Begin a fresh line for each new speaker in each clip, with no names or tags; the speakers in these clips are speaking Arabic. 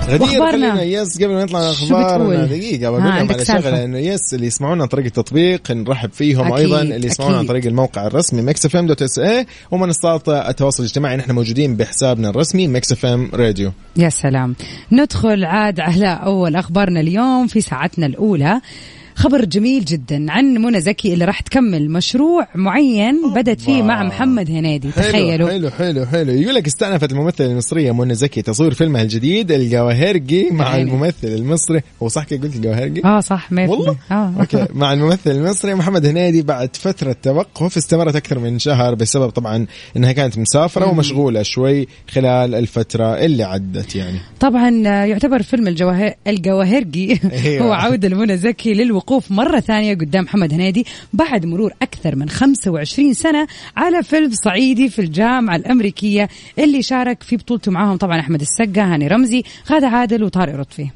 غدير
وأخبارنا؟
خلينا يس قبل ما نطلع
شو
اخبارنا
بتقول؟
دقيقه
ها،
بقول لهم
عندك
على
سالفة.
شغله انه يس اللي يسمعونا عن طريق التطبيق نرحب فيهم
أكيد،
ايضا اللي يسمعونا عن
أكيد.
طريق الموقع الرسمي مكس اف ام دوت اس اي ومنصات التواصل الاجتماعي نحن موجودين بحسابنا الرسمي مكس اف ام راديو
يا سلام ندخل عاد على أول أخبارنا اليوم في ساعتنا الأولى خبر جميل جدا عن منى زكي اللي راح تكمل مشروع معين بدت فيه مع محمد هنيدي
حلو
تخيلوا
حلو حلو حلو يقول لك استأنفت الممثلة المصرية منى زكي تصوير فيلمها الجديد الجواهرجي مع
عيني.
الممثل المصري هو صح كده قلت الجواهرجي؟
اه صح ما
والله
اه
اوكي مع الممثل المصري محمد هنيدي بعد فتره توقف استمرت اكثر من شهر بسبب طبعا انها كانت مسافره ومشغوله شوي خلال الفتره اللي عدت يعني
طبعا آه، يعتبر فيلم الجواهر الجواهرجي
أيوة.
هو عودة لمنى زكي للوقوف مرة ثانية قدام محمد هنيدي بعد مرور أكثر من 25 سنة على فيلم صعيدي في الجامعة الأمريكية اللي شارك في بطولته معاهم طبعا أحمد السقا هاني رمزي غادة عادل وطارق لطفي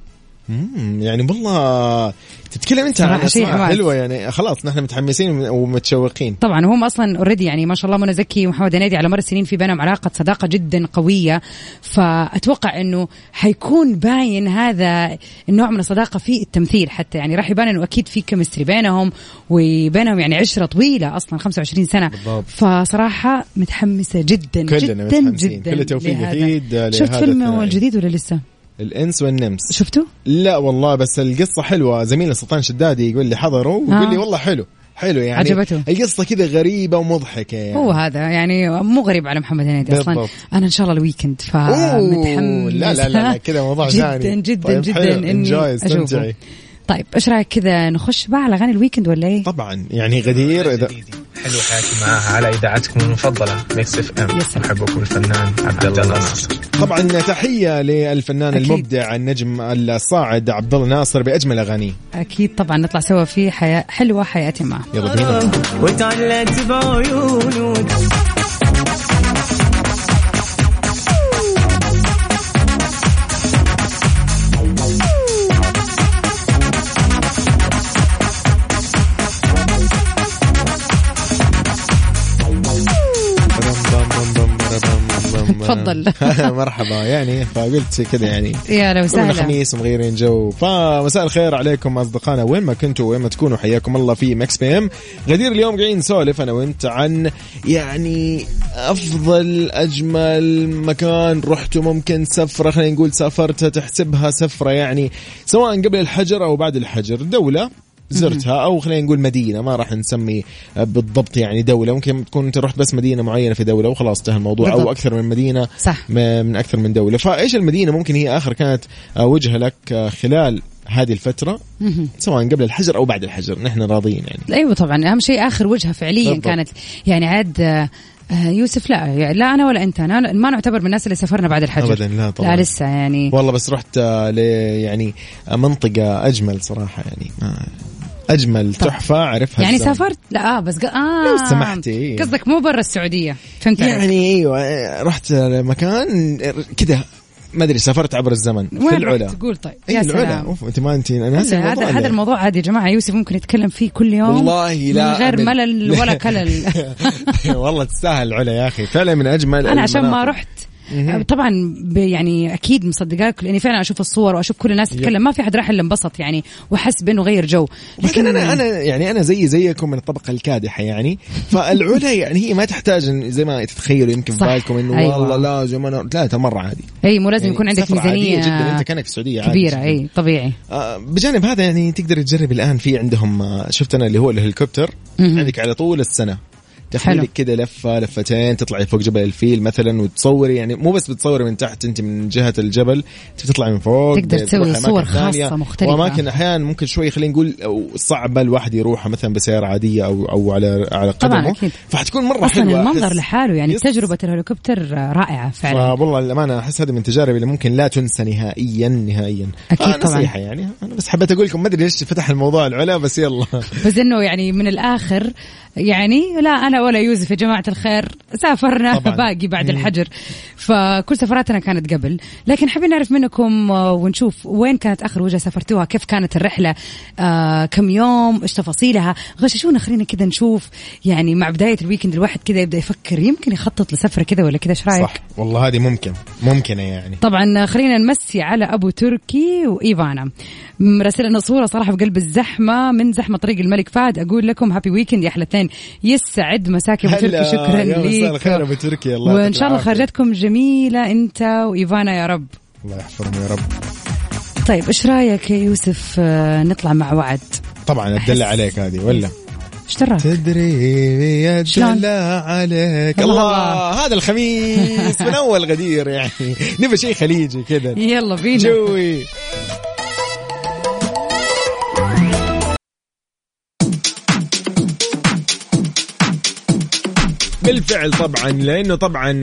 مم، يعني والله تتكلم انت عن
صراحة شيء
اسماء
حماس.
حلوه يعني خلاص نحن متحمسين ومتشوقين
طبعا هم اصلا اوريدي يعني ما شاء الله منى زكي ومحمد هنيدي على مر السنين في بينهم علاقه صداقه جدا قويه فاتوقع انه حيكون باين هذا النوع من الصداقه في التمثيل حتى يعني راح يبان انه اكيد في كيمستري بينهم وبينهم يعني عشره طويله اصلا 25 سنه
بالضبط.
فصراحه متحمسه جدا
كلنا
جدا
متحمسين.
جدا
كل التوفيق
لهذا.
أكيد لهذا
شفت فيلم
الثنائي.
الجديد ولا لسه؟
الانس والنمس
شفته؟
لا والله بس القصه حلوه زميلي سلطان شدادي يقول لي حضره ويقول لي
آه.
والله حلو حلو يعني
عجبته.
القصه كذا غريبه ومضحكه يعني
هو هذا يعني مو غريب على محمد هنيدي اصلا
بالضبط.
انا ان شاء الله الويكند
أوه،
فمتحمس
لا لا لا, لا كذا موضوع
جدا
ثاني
جدا
طيب حلو،
جدا
enjoy،
اني
استمتعي.
اشوفه طيب ايش رايك كذا نخش بقى على اغاني الويكند ولا ايه؟
طبعا يعني غدير اذا
حلو حياتي معاها على اذاعتكم المفضله ميكس اف ام
يا سلام.
محبكم الفنان عبد الله ناصر
طبعا تحيه للفنان
أكيد.
المبدع النجم الصاعد عبد الله ناصر باجمل اغانيه
اكيد طبعا نطلع سوا في حياه حلوه حياتي معه
يلا بينا
وتعلقت بعيونك
تفضل.
مرحبا يعني فقلت كذا يعني
يا لو
يومنا
سهلا
خميس ومغيرين جو فمساء الخير عليكم اصدقائنا وين ما كنتوا وين ما تكونوا حياكم الله في مكس بي ام غدير اليوم قاعدين نسولف انا وانت عن يعني افضل اجمل مكان رحته ممكن سفره خلينا نقول سافرتها تحسبها سفره يعني سواء قبل الحجر او بعد الحجر دوله زرتها او خلينا نقول مدينه ما راح نسمي بالضبط يعني دوله ممكن تكون انت رحت بس مدينه معينه في دوله وخلاص انتهى الموضوع او
بالضبط.
اكثر من مدينه
صح.
م- من اكثر من دوله فايش المدينه ممكن هي اخر كانت آه، وجهه لك آه، خلال هذه الفتره سواء قبل الحجر او بعد الحجر نحن راضيين يعني
ايوه طبعا اهم شيء اخر وجهه فعليا
بالضبط.
كانت يعني عاد آه، آه، يوسف لا يعني لا انا ولا انت انا ما نعتبر من الناس اللي سافرنا بعد الحجر
أبداً، لا طبعاً.
لا لسه يعني
والله بس رحت آه، ل يعني آه، منطقه اجمل صراحه يعني ما- اجمل تحفه عرفها
يعني
الزمن.
سافرت لا آه بس ق- اه
لو سمحتي.
قصدك مو برا السعوديه فهمت عليك.
يعني ايوه آه، رحت لمكان كذا ما ادري سافرت عبر الزمن في
وين
العلا
رحت تقول طيب
اي
يا
العلا
سلام
اوف انت ما انت انا ناسي
هذا
الموضوع
هذا
ليه؟
الموضوع عادي يا جماعه يوسف ممكن يتكلم فيه كل يوم
والله لا
من غير
أبد.
ملل ولا كلل
والله تستاهل العلا يا اخي فعلا من اجمل
انا عشان ما
المناطق.
رحت طبعا ب- يعني اكيد مصدقاك لاني فعلا اشوف الصور واشوف كل الناس تتكلم ما في احد راح الا انبسط يعني وحس بانه غير جو
لكن انا انا يعني انا زي زيكم من الطبقه الكادحه يعني فالعلا يعني هي ما تحتاج إن- زي ما تتخيلوا يمكن في
صح.
بالكم انه
أيوة.
أيوة. والله لازم انا لا ترى مره عادي
اي مو لازم
يعني
يكون عندك
سفرة
ميزانيه
عادية جدا انت كانك في السعوديه عادي
كبيره
جداً.
اي طبيعي
آه، بجانب هذا يعني تقدر تجرب الان في عندهم آه، شفت انا اللي هو الهليكوبتر
مهم.
عندك على طول السنه
حلو.
تخليك كذا لفه لفتين تطلعي فوق جبل الفيل مثلا وتصوري يعني مو بس بتصوري من تحت انت من جهه الجبل انت بتطلعي من فوق
تقدر
بتروحي
تسوي
أماكن
صور خاصة
ثانية،
مختلفة.
واماكن احيانا ممكن شوي خلينا نقول أو صعبه الواحد يروحها مثلا بسياره عاديه او او على على
طبعاً،
قدمه
أكيد.
فحتكون مره
اصلا
حلوه
المنظر
أحس-
لحاله يعني
يس.
تجربه الهليكوبتر آه، رائعه فعلا
فوالله للامانه احس هذه من التجارب اللي ممكن لا تنسى نهائيا نهائيا
أكيد
آه نصيحه يعني انا بس حبيت اقول لكم ما ادري ليش فتح الموضوع العلا بس يلا
بس انه يعني من الاخر يعني لا انا ولا يوسف يا جماعه الخير سافرنا
طبعاً.
طبعًا. باقي بعد الحجر فكل سفراتنا كانت قبل لكن حابين نعرف منكم آه، ونشوف وين كانت اخر وجهه سافرتوها كيف كانت الرحله آه كم يوم ايش تفاصيلها غششونا خلينا كذا نشوف يعني مع بدايه الويكند الواحد كذا يبدا يفكر يمكن يخطط لسفره كذا ولا كذا ايش رايك
صح والله هذه ممكن ممكنه يعني
طبعا خلينا نمسي على ابو تركي وايفانا مرسلنا صوره صراحه في قلب الزحمه من زحمه طريق الملك فهد اقول لكم هابي ويكند يا احلى اثنين يسعد مساك يا ابو تركي
هلا،
شكرا
يا مساء
لك
الخير أبو تركي، الله
وان
يعطيك
شاء الله
العافية.
خرجتكم جميله انت وايفانا يا رب
الله يحفظهم يا رب
طيب ايش رايك يا يوسف آه، نطلع مع وعد
طبعا اتدلع عليك هذه ولا
ايش دراك؟
تدري
شلون؟
اتدلع عليك
يلا
الله هذا الخميس من اول غدير يعني نبي شيء خليجي كذا
يلا بينا
جوي بالفعل طبعا لانه طبعا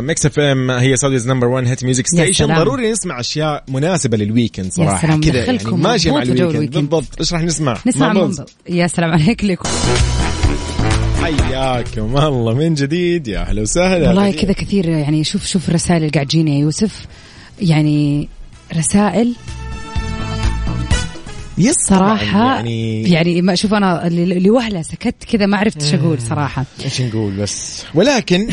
ميكس اف ام هي سعوديز نمبر 1 هيت ميوزك
يا
ستيشن
سلام.
ضروري نسمع اشياء مناسبه للويكند صراحه
سلام،
كذا يعني
دخلكم
ماشيه مع
مضبوط وجو
الويكند
الويكند.
بالضبط ايش راح نسمع؟
نسمع
مع
منبض يا سلام عليك لكم
حياكم الله من جديد يا اهلا وسهلا
والله كذا كثير يعني شوف شوف الرسائل اللي قاعد تجيني يا يوسف يعني رسائل
يس
صراحة
طبعاً
يعني, يعني ما شوف أنا ل- لوهلة سكت كذا ما عرفت ايش أقول صراحة
ايش نقول بس ولكن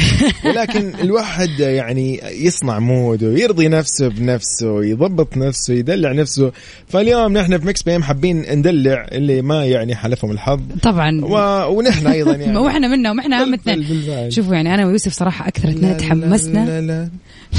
ولكن الواحد يعني يصنع موده يرضي نفسه بنفسه يضبط نفسه يدلع نفسه فاليوم نحن في مكس بي ام حابين ندلع اللي ما يعني حلفهم الحظ
طبعا
و... ونحن ايضا يعني
ما واحنا منهم احنا هم
بال-
اثنين
بالفعل.
شوفوا يعني انا ويوسف صراحه اكثر اثنين
لا-
تحمسنا
لا- لا-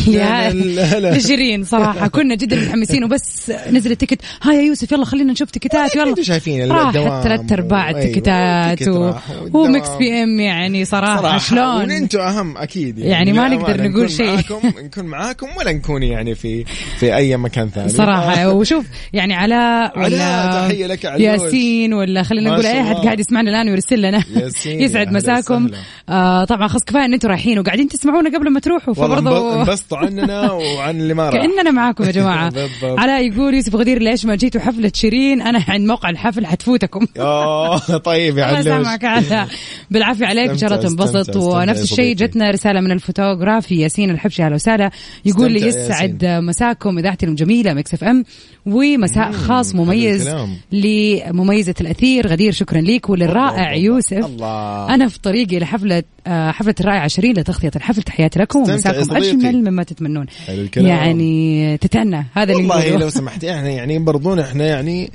يا-
لا- لا.
لشيرين صراحه كنا جدا متحمسين وبس نزل التيكت ها يا يوسف يلا خلينا نشوف تيكتات يلا
أنتوا شايفين ال-
راحت
آه، الدوام
ثلاث ارباع
وأيوة،
التيكتات
والتيكت
و...
راح والدوام.
ومكس بي ام يعني صراحه,
صراحة
شلون
وانتم اهم اكيد
يعني ما
للأمانة
نقدر نقول
نكون
شيء.
معاكم نكون معاكم ولا نكون يعني في في اي مكان ثاني
صراحة وشوف يعني علاء ولا
علاء، تحية لك علوش.
ياسين ولا خلينا
ما
نقول أي
شاء
أحد
الله.
قاعد يسمعنا الآن ويرسل لنا
ياسين،
يسعد
أهلا
مساكم
وسهلا.
آه طبعا خلاص كفاية إن أنتم رايحين وقاعدين تسمعونا قبل ما تروحوا
والله انب-
فبرضه
انبسطوا عننا وعن اللي ما راح
كأننا معاكم يا جماعة
بالضبط.
علاء يقول يوسف غدير ليش ما جيتوا حفلة شيرين أنا عند موقع الحفل حتفوتكم
اوه طيب يا
الله
علوش
يسامحك علاء بالعافيه عليك ان شاء الله
استمتع-
تنبسط
استمتع- استمتع
ونفس
يا
الشيء
صديقي.
جتنا رساله من الفوتوغرافي ياسين الحبشي اهلا وسهلا يقول لي
استمتع يا
يسعد مساكم اذاعتي الجميله مكس اف ام ومساء خاص مميز
الكلام.
لمميزه الاثير غدير شكرا ليك وللرائع
الله،
يوسف
الله.
انا في طريقي لحفله آه، حفله الرائع عشرين لتغطيه الحفل تحياتي لكم
استمتع يا
ومساكم
صديقي.
اجمل مما تتمنون
حلو الكلام.
يعني تتأنى هذا اللي
والله
نقوله.
لو سمحت احنا يعني برضونا احنا يعني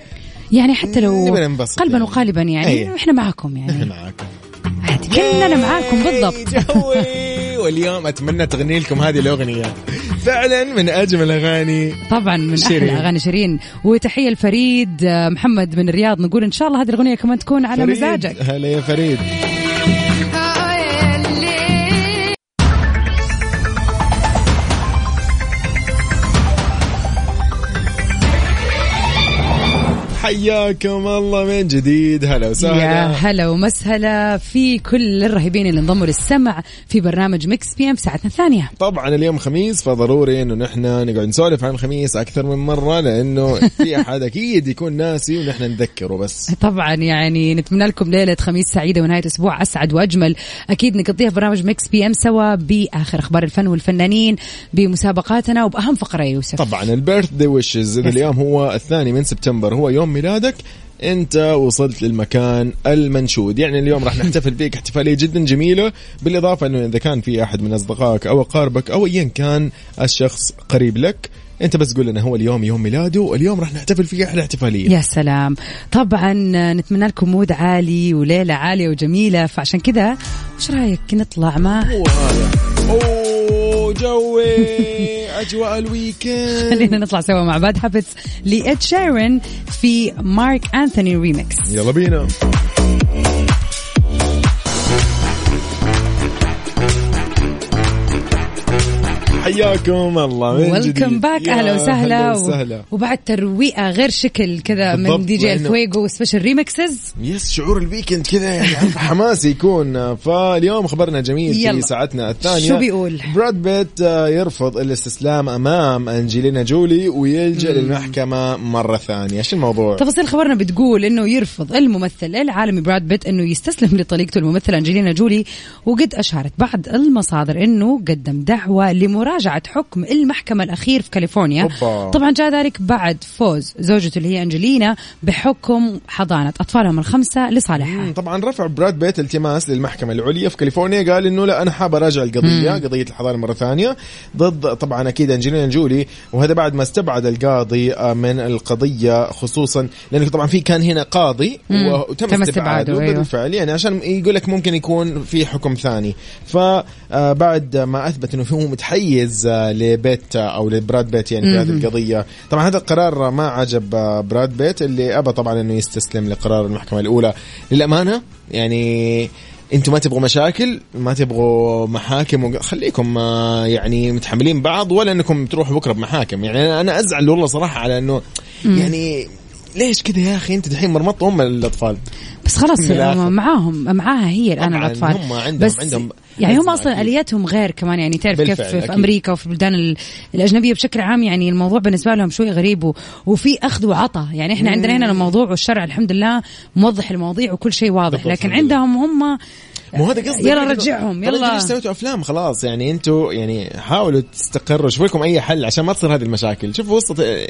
يعني حتى لو
نبي ننبسط
قلبا
يعني.
وقالبا يعني
أيه.
احنا معاكم يعني
احنا معاكم
عادي كلنا معاكم
ياي
بالضبط
جوي واليوم اتمنى تغني لكم هذه الاغنيه فعلا من اجمل اغاني
طبعا من
شيرين.
احلى اغاني شيرين وتحيه لفريد آه، محمد من الرياض نقول ان شاء الله هذه الاغنيه كمان تكون على
فريد.
مزاجك
هلا يا فريد حياكم الله من جديد هلا
يا
وسهلا
هلا ومسهلا في كل الرهيبين اللي انضموا للسمع في برنامج ميكس بي ام ساعتنا الثانيه
طبعا اليوم خميس فضروري انه نحن نقعد نسولف عن الخميس اكثر من مره لانه في احد اكيد يكون ناسي ونحن نذكره بس
طبعا يعني نتمنى لكم ليلة خميس سعيدة ونهاية أسبوع أسعد وأجمل أكيد نقضيها في برنامج ميكس بي أم سوا بآخر أخبار الفن والفنانين بمسابقاتنا وبأهم فقرة يا يوسف
طبعا البيرث داي ويشز اذا اليوم هو الثاني من سبتمبر هو يوم ميلادك انت وصلت للمكان المنشود يعني اليوم راح نحتفل فيك احتفاليه جدا جميله بالاضافه انه اذا كان في احد من اصدقائك او اقاربك او ايا كان الشخص قريب لك انت بس قول لنا هو اليوم يوم ميلاده واليوم راح نحتفل فيه احلى احتفاليه
يا سلام طبعا نتمنى لكم مود عالي وليلة عالية وجميلة فعشان كذا وش رايك نطلع مع
وهذا اوه جوي اجواء الويكند
خلينا نطلع سوا مع باد هابتس لإد شيرن في مارك أنثوني ريميكس
يلا بينا حياكم الله من
ويلكم
جديد.
باك
يا
اهلا وسهلا
أهلا
و-
وسهلا
وبعد ترويقه غير شكل كذا من
بالضبط،
دي جي
لأنه-
الفويجو سبيشال ريمكسز
يس شعور الويكند كذا يعني عارف حماسي يكون فاليوم خبرنا جميل
يلا.
في ساعتنا الثانية
شو بيقول؟
براد بيت آه، يرفض الاستسلام أمام أنجلينا جولي ويلجأ للمحكمة مرة ثانية شو الموضوع؟
تفاصيل خبرنا بتقول انه يرفض الممثل العالمي براد بيت انه يستسلم لطليقته الممثله انجلينا جولي وقد اشارت بعض المصادر انه قدم دعوة لمراجعه حكم المحكمه الاخير في كاليفورنيا
أوبا.
طبعا جاء ذلك بعد فوز زوجته اللي هي انجلينا بحكم حضانه اطفالهم الخمسه لصالحها
مم، طبعا رفع براد بيت التماس للمحكمة العليا في كاليفورنيا قال انه لا انا حاب اراجع القضية قضية الحضانة مرة ثانية ضد طبعا اكيد انجلينا جولي وهذا بعد ما استبعد القاضي آه، من القضية خصوصا لأنه طبعا في كان هنا قاضي
مم،
وتم
تم
استبعاده
استبعاده، أيوه.
بالفعل يعني عشان آه، يقول لك ممكن يكون في حكم ثاني فبعد ما اثبت انه هو متحيز جوائز آه، لبيت آه، او لبراد بيت يعني في هذه القضيه طبعا هذا القرار ما عجب آه، براد بيت اللي ابى طبعا انه يستسلم لقرار المحكمه الاولى للامانه يعني انتم ما تبغوا مشاكل ما تبغوا محاكم وق- خليكم آه، يعني متحملين بعض ولا انكم تروحوا بكره بمحاكم يعني أنا- انا ازعل والله صراحه على انه يعني ليش كذا يا اخي انت دحين مرمطه هم الاطفال
بس خلاص
من الآخر.
هم معاهم معاها هي الان
طبعاً
الاطفال
هم عندهم-
بس
عندهم
يعني هم
أزمة
اصلا
أكيد.
الياتهم غير كمان يعني تعرف كيف
بالفعل،
في في
أكيد.
امريكا وفي البلدان ال- الاجنبيه بشكل عام يعني الموضوع بالنسبه لهم شوي غريب و- وفي اخذ وعطى يعني احنا عندنا هنا الموضوع والشرع الحمد لله موضح المواضيع وكل شيء واضح
بالضبط،
لكن
الحمد لله.
عندهم هم
مو هذا قصدي
يلا رجعهم، يلا.
ترى ليش سويتوا افلام خلاص يعني انتوا يعني حاولوا تستقروا شوفوا لكم اي حل عشان ما تصير هذه المشاكل شوفوا وسط آه،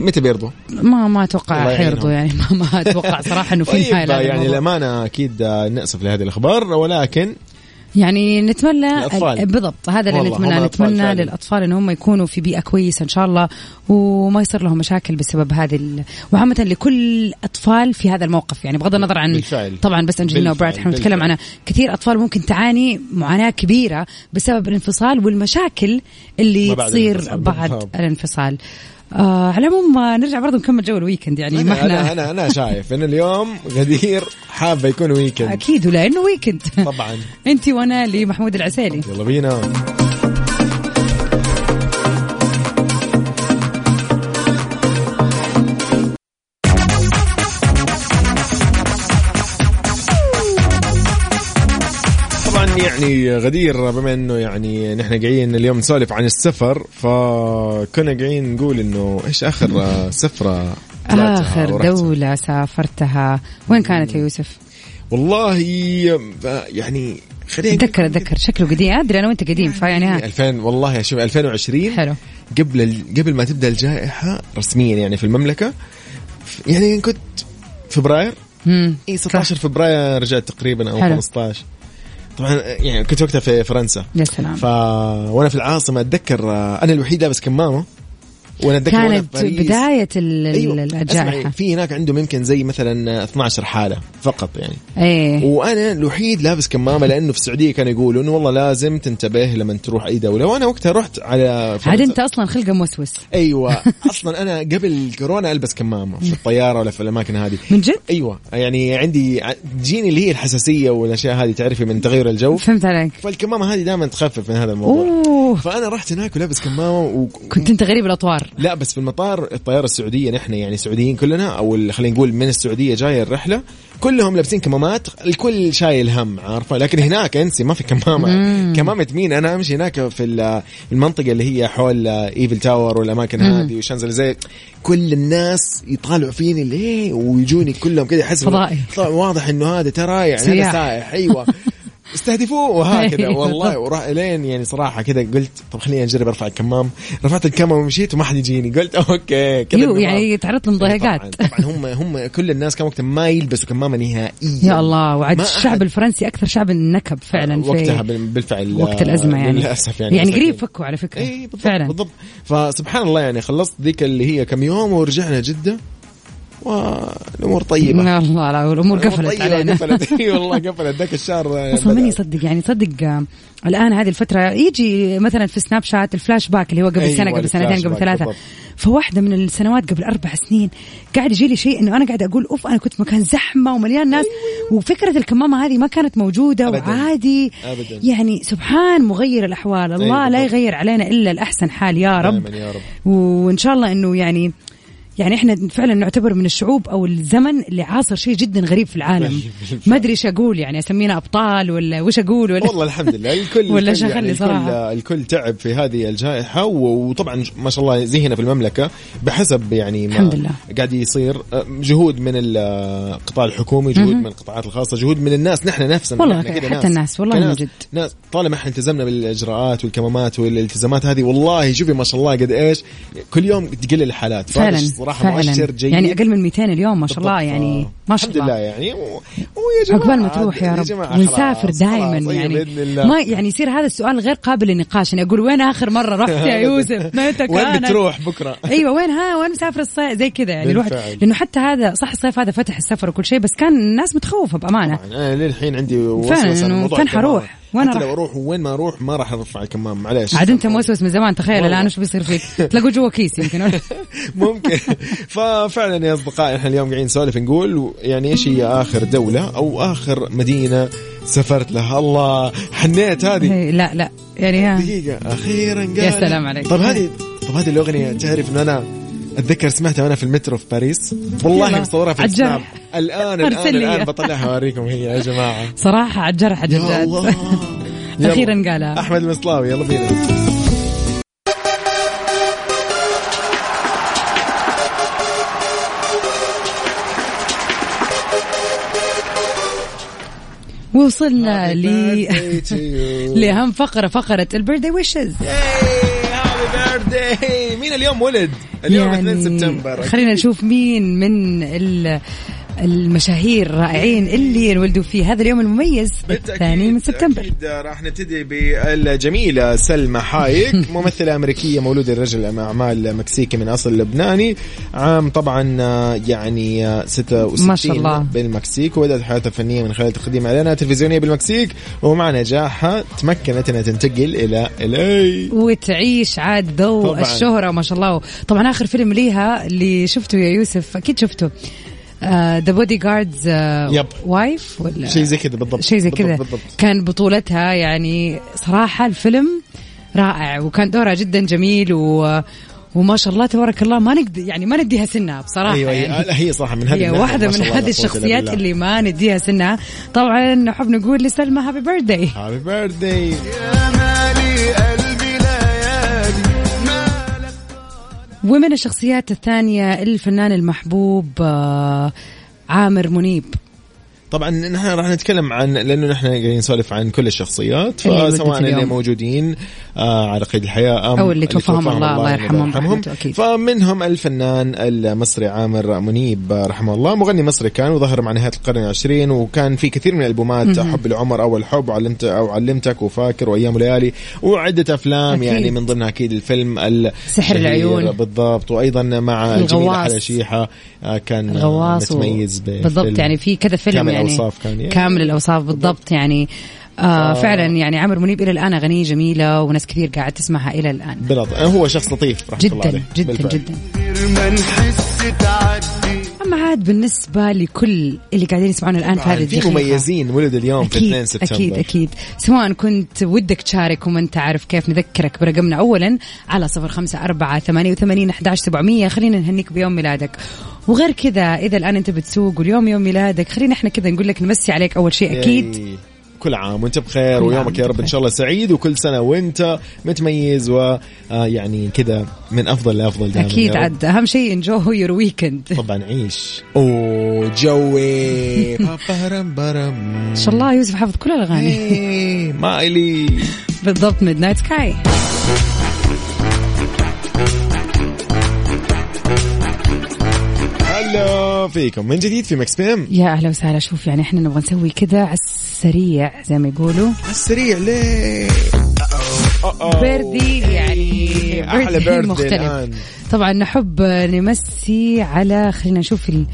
متى بيرضوا
ما ما
الله
اتوقع
يعينهم.
حيرضوا يعني ما, ما اتوقع صراحه انه في
طيب
نهايه لهذا
يعني
الموضوع.
الامانه اكيد ناسف لهذه الاخبار ولكن
يعني نتمنى
الأطفال.
بالضبط هذا اللي
والله
نتمنى
هم الأطفال
نتمنى
فعلا.
للاطفال ان هم يكونوا في بيئه كويسه ان شاء الله وما يصير لهم مشاكل بسبب هذه ال... وعامه لكل اطفال في هذا الموقف يعني بغض النظر عن
بالفعل.
طبعا بس انجلينا
بالفعل،
وبراد احنا نتكلم
بالفعل.
عن كثير اطفال ممكن تعاني معاناه كبيره بسبب الانفصال والمشاكل اللي
ما بعد
تصير
الانفصال،
بعد
بالضبط.
الانفصال آه على العموم آه، نرجع برضه نكمل جو الويكند يعني ما
انا انا
احنا
انا, أنا شايف انه اليوم غدير حابه يكون ويكند
اكيد ولانه ويكند
طبعاً.
انت وانا لمحمود العسيلي
يلا بينا طبعا يعني غدير بما انه يعني نحن قاعدين اليوم نسولف عن السفر فكنا قاعدين نقول انه ايش اخر سفره طلعتها
آخر
ورحتها؟
دولة سافرتها وين كانت يا يوسف؟
والله يعني خلينا
أتذكر أتذكر شكله قديم أدري أنا وأنت قديم فيعني ها.
2000 والله شوف 2020
حلو.
قبل ال- قبل ما تبدا الجائحه رسميا يعني في المملكه ف- يعني كنت فبراير
مم.
اي 16 فبراير رجعت تقريبا او
حلو.
15 طبعا يعني كنت وقتها في فرنسا
يا سلام
ف وانا في العاصمه اتذكر آه، انا الوحيد لابس كمامه وانا اتذكر وأنا في
كانت
باريس.
بداية ال- ال-
اسمعي،
الجائحة
في هناك عندهم يمكن زي مثلا 12 حاله فقط يعني
إيه
وانا الوحيد لابس كمامه لانه في السعوديه كانوا يقولوا انه والله لازم تنتبه لما تروح اي دوله وانا وقتها رحت على فرنسا.
عاد أنت أصلا خلقه موسوس
ايوه اصلا انا قبل كورونا البس كمامه في الطياره ولا في الاماكن هذه
من جد؟
ايوه يعني عندي ع- تجيني اللي هي الحساسيه والاشياء هذه تعرفي من تغير الجو
فهمت عليك
فالكمامه هذه دائما تخفف من هذا الموضوع
أوه
فانا رحت هناك ولابس كمامه و...
كنت أنت غريب الأطوار
لا بس في المطار الطياره السعوديه نحن يعني سعوديين كلنا او ال- خلينا نقول من السعوديه جايه الرحله كلهم لابسين كمامات الكل شايل هم عارفه لكن هناك انسي ما في كمامه كمامه مين انا امشي هناك في ال- المنطقه اللي هي حول ايفل تاور والاماكن هذه وشانزليزيه كل الناس يطالعوا فيني ليه ويجوني كلهم كذا يحسوا
فضائي.
طبعاً واضح انه هذا ترى يعني
سياح.
هذا سائح ايوه استهدفوه وهكذا
أيوة.
والله وراح لين يعني صراحه كذا قلت طب خليني اجرب ارفع الكمام رفعت الكمام ومشيت وما حد يجيني قلت اوكي كذا
يو
النظام.
يعني تعرض
طبعا,
لمضايقات
طبعا هم هم كل الناس كان وقتها ما يلبسوا كمامه نهائيا
يا الله وعد
ما
الشعب الفرنسي أكثر شعب نكب فعلا
وقتها
في
بال- بالفعل
وقت الأزمة يعني
للاسف يعني
يعني
بس
قريب
أكيد.
فكوا على فكرة
اي بالضبط
فعلا
بالضبط فسبحان الله يعني خلصت ذيك اللي هي كم يوم ورجعنا جده والامور طيبه
يا الله لا، والأمور
الأمور
نعم، قفلت
طيبة،
علينا
قفلت اي والله قفلت ذاك الشهر
اصلا
آه، بدأ-
ماني يصدق يعني صدق آه، الان هذه الفتره يجي مثلا في سناب شات الفلاش باك اللي هو قبل
أيوة،
سنه قبل
الفلاش
سنتين قبل
باك،
ثلاثه
بالضبط.
فواحده من السنوات قبل اربع سنين قاعد يجي لي شيء انه انا قاعد اقول اوف انا كنت في مكان زحمه ومليان ناس وفكره الكمامه هذه ما كانت موجوده
أيوة. أبداً.
وعادي
أبداً.
يعني سبحان مغير الاحوال الله
أيوة،
لا
بالضبط.
يغير علينا الا الاحسن حال يا رب
دايماً يا رب.
وان شاء الله انه يعني يعني احنا فعلا نعتبر من الشعوب او الزمن اللي عاصر شيء جدا غريب في العالم ما ادري ايش اقول يعني اسمينا ابطال ولا وش اقول ولا
والله الحمد لله الكل
ولا
الكل
شغل لي
الكل,
صراحة.
الكل تعب في هذه الجائحه و- وطبعا ش- ما شاء الله زي هنا في المملكه بحسب يعني ما
الحمد لله.
قاعد يصير أه، جهود من القطاع الحكومي جهود من القطاعات الخاصه جهود من الناس نحن نفسنا
والله
نحن كده
حتى
ناس.
الناس، والله
كناس.
من جد.
ناس طالما احنا التزمنا بالاجراءات والكمامات والالتزامات هذه والله شوفي ما شاء الله قد ايش كل يوم تقل الحالات فهذا
فعلا
صراحه
فعلا
مؤشر جيد
يعني اقل من 200 اليوم ما شاء الله
بالضبط.
يعني
ف-
ما شاء
الحمد لله
الله
يعني و- ويا جماعه
عقبال ما
عاد-
تروح يا رب
جماعة
ونسافر
خلاص، خلاص،
دائما
أيوة
يعني
بإذن الله.
ما يعني يصير هذا السؤال غير قابل للنقاش يعني اقول وين اخر مره رحت يا يوسف متى كانت
وين بتروح بكره؟
ايوه وين ها وين مسافر الصيف زي كذا يعني الواحد
بالفعل.
لانه حتى هذا صح الصيف هذا فتح السفر وكل شيء بس كان الناس متخوفه بامانه
طبعاً انا للحين عندي
فعلا
وسوسه
انه
الموضوع
فين حروح وين
حتى
راح؟
لو اروح وين ما اروح ما راح ارفع الكمام معلش
عاد انت موسوس من زمان تخيل
والله.
الان ايش بيصير فيك تلاقوه جوا كيس يمكن ولا-
ممكن ففعلا يا اصدقائي احنا اليوم قاعدين نسولف نقول يعني ايش هي اخر دوله او اخر مدينه سافرت لها الله حنيت هذه
إيه، لا لا يعني ها
دقيقه اخيرا قال
يا سلام عليك.
طب هذه طب هذه الاغنيه تعرف ان انا اتذكر سمعتها وانا في المترو في باريس والله
يلا.
مصورها في
عالجرح.
السناب الان الان
أرسل لي
الان
إياها.
بطلعها اوريكم هي يا جماعه
صراحه على الجرح
يا
جداد
الله يلا.
اخيرا قالها
احمد المصلاوي يلا بينا
ووصلنا ل
Happy birthday to you.
لاهم فقره فقره البيرثدي ويشز
هابي بيرثداي مين اليوم ولد؟ اليوم 2 سبتمبر
يعني خلينا نشوف مين من ال المشاهير الرائعين اللي انولدوا في هذا اليوم المميز الثاني من سبتمبر
أكيد راح نبتدي بالجميلة سلمى حايك ممثلة أمريكية مولودة رجل أعمال مكسيكي من أصل لبناني عام طبعا آه، يعني آه، 66
ما شاء الله.
بالمكسيك وبدأت حياتها الفنية من خلال تقديم إعلانات تلفزيونية بالمكسيك ومع نجاحها تمكنت أنها تنتقل إلى LA
وتعيش عاد ضوء
طبعاً.
الشهرة ما شاء الله طبعا آخر فيلم ليها اللي شفته يا يوسف أكيد شفته آه، ذا بودي جاردز
يب.
وايف آه، ولا
شيء زي كذا بالضبط
شيء زي
بالضبط،
كذا
بالضبط
كان بطولتها يعني صراحة الفيلم رائع وكان دورها جدا جميل و وما شاء الله تبارك الله ما نقدر يعني ما نديها سنها بصراحة
ايوه
يعني.
يعني هي صح من هذه
هي
الناحية
واحدة
ما
من
شاء الله لا قوة
هذه
إلا
الشخصيات
بالله.
اللي ما نديها سنها طبعا نحب نقول لسلمى هابي بيرثداي
هابي بيرثداي
ومن الشخصيات الثانية الفنان المحبوب آه، عامر منيب
طبعا نحن راح نتكلم عن لانه نحن قاعدين نسولف عن كل الشخصيات
إيه، اللي ولدت
فسواء اللي
اليوم.
موجودين آه على قيد الحياه
أو اللي توفاهم الله، الله يرحمهم برحمته أكيد.
فمنهم الفنان المصري عامر منيب آه، رحمه الله مغني مصري كان وظهر مع نهايه القرن العشرين وكان في كثير من الالبومات حب العمر اول حب وعلمت او علمتك وفاكر وايام ليالي وعده افلام
أكيد.
يعني من ضمنها اكيد الفيلم
سحر العيون.
بالضبط وايضا مع جميل
الغواص.
على شيحه آه، كان آه،
الغواص و-
متميز ب-
بالضبط
فيلم.
يعني في كذا فيلم
كامل
يعني
الأوصاف كان، يعني.
كامل الاوصاف بالضبط يعني آه فعلا يعني عمر منيب الى الان اغانيه جميله وناس كثير قاعد تسمعها الى الان
بالضبط هو شخص لطيف رحمه الله
جدا
عليه
جدا
بالفعل.
جدا اما عاد بالنسبه لكل اللي قاعدين يسمعونا الان في هذه
طبعاً في
الدقيقه
مميزين ولد اليوم في 2
أكيد
سبتمبر
أكيد أكيد سواء كنت ودك تشارك وما أنت عارف كيف نذكرك برقمنا أولا على صفر خمسة أربعة ثمانية وثمانين أحداش سبعمية خلينا نهنيك بيوم ميلادك وغير كذا إذا الآن أنت بتسوق واليوم يوم ميلادك خلينا إحنا كذا نقول لك نمسي عليك أول شيء أكيد
إيه. كل عام وانت بخير
كل
ويومك
عام
يا رب
وأنت
ان
بخير.
شاء الله سعيد وكل سنه وانت متميز ويعني كذا من افضل لافضل دائما يا
أكيد
رب.
عاد أهم شيء انجو يور ويكند
طبعا عيش اوه جوي بابارم برم
إن شاء الله يوسف حافظ كل الأغاني
إيه، ما الي
بالضبط ميد نايت سكاي
هلا فيكم من جديد في مكس بي ام
يا أهلا وسهلا شوف يعني إحنا نبغى نسوي كذا على السريع زي ما يقولوا
على السريع ليه
بيردي يعني
إيه، أحلى
بيردي
بيردي
مختلف
الآن.
طبعا نحب نمسي على خلينا نشوف ال...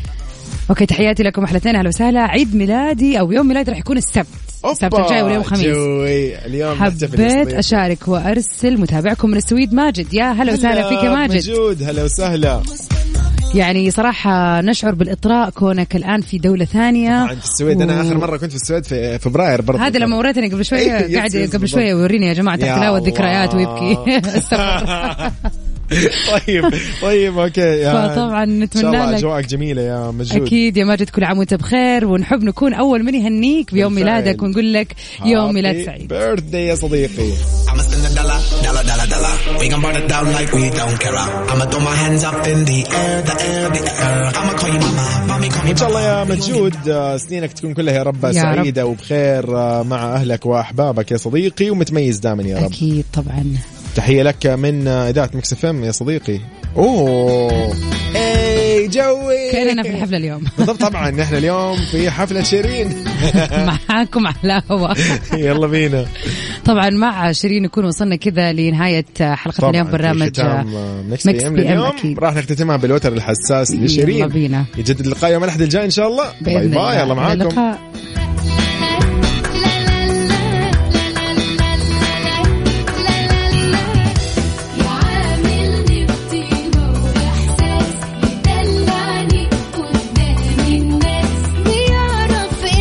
اوكي تحياتي لكم احلى اهلا وسهلا عيد ميلادي او يوم ميلادي راح يكون السبت السبت
أوبا،
الجاي واليوم خميس
جوي اليوم نحتفل
حبيت
بالصيف.
اشارك وارسل متابعكم من السويد ماجد يا هلا وسهلا فيك يا ماجد آه.
موجود هلا وسهلا
يعني صراحه نشعر بالاطراء كونك الان في دوله ثانيه
طبعا في السويد انا
و-
اخر مره كنت في السويد في فبراير برضه
هذا لما وريتني قبل شويه
أيوة، يس،
قاعد
يس،
قبل
بالضبط.
شويه يوريني يا جماعه
يا
تلاوه
الله.
ذكريات ويبكي استغفر.
طيب طيب اوكي يا
فطبعاً نتمنى
ان شاء الله
لك-
اجواءك جميله يا مجود
اكيد يا ماجد كل عام وانت بخير ونحب نكون اول من يهنيك بيوم
بالفعل.
ميلادك ونقول لك يوم ميلاد سعيد
بيرثدي يا صديقي
I'ma spend a dollar, dollar, dollar, dollar. We gon' burn it down like we don't care. I'ma throw my hands up in the air, the air, the air. I'ma call you mama, mommy call me
ان شاء الله يا
papa.
مجود آه، سنينك تكون كلها يا رب
يا
سعيده وبخير آه، مع اهلك واحبابك يا صديقي ومتميز دائما يا رب
اكيد طبعا
تحيه لك من آه، اذاعه مكس اف ام يا صديقي اوه اي جوي
كاننا في الحفله اليوم
بالضبط طبعا نحن اليوم في حفله شيرين
معاكم على هوا
يلا بينا
طبعا مع شيرين نكون وصلنا كذا لنهايه حلقه اليوم برنامج
مكس بي ام لليوم راح نختتمها بالوتر الحساس لشيرين
يلا بينا.
يجدد اللقاء يوم الاحد الجاي ان شاء الله
بإذن
باي باي
الله.
يلا
إلى
معاكم
اللقاء.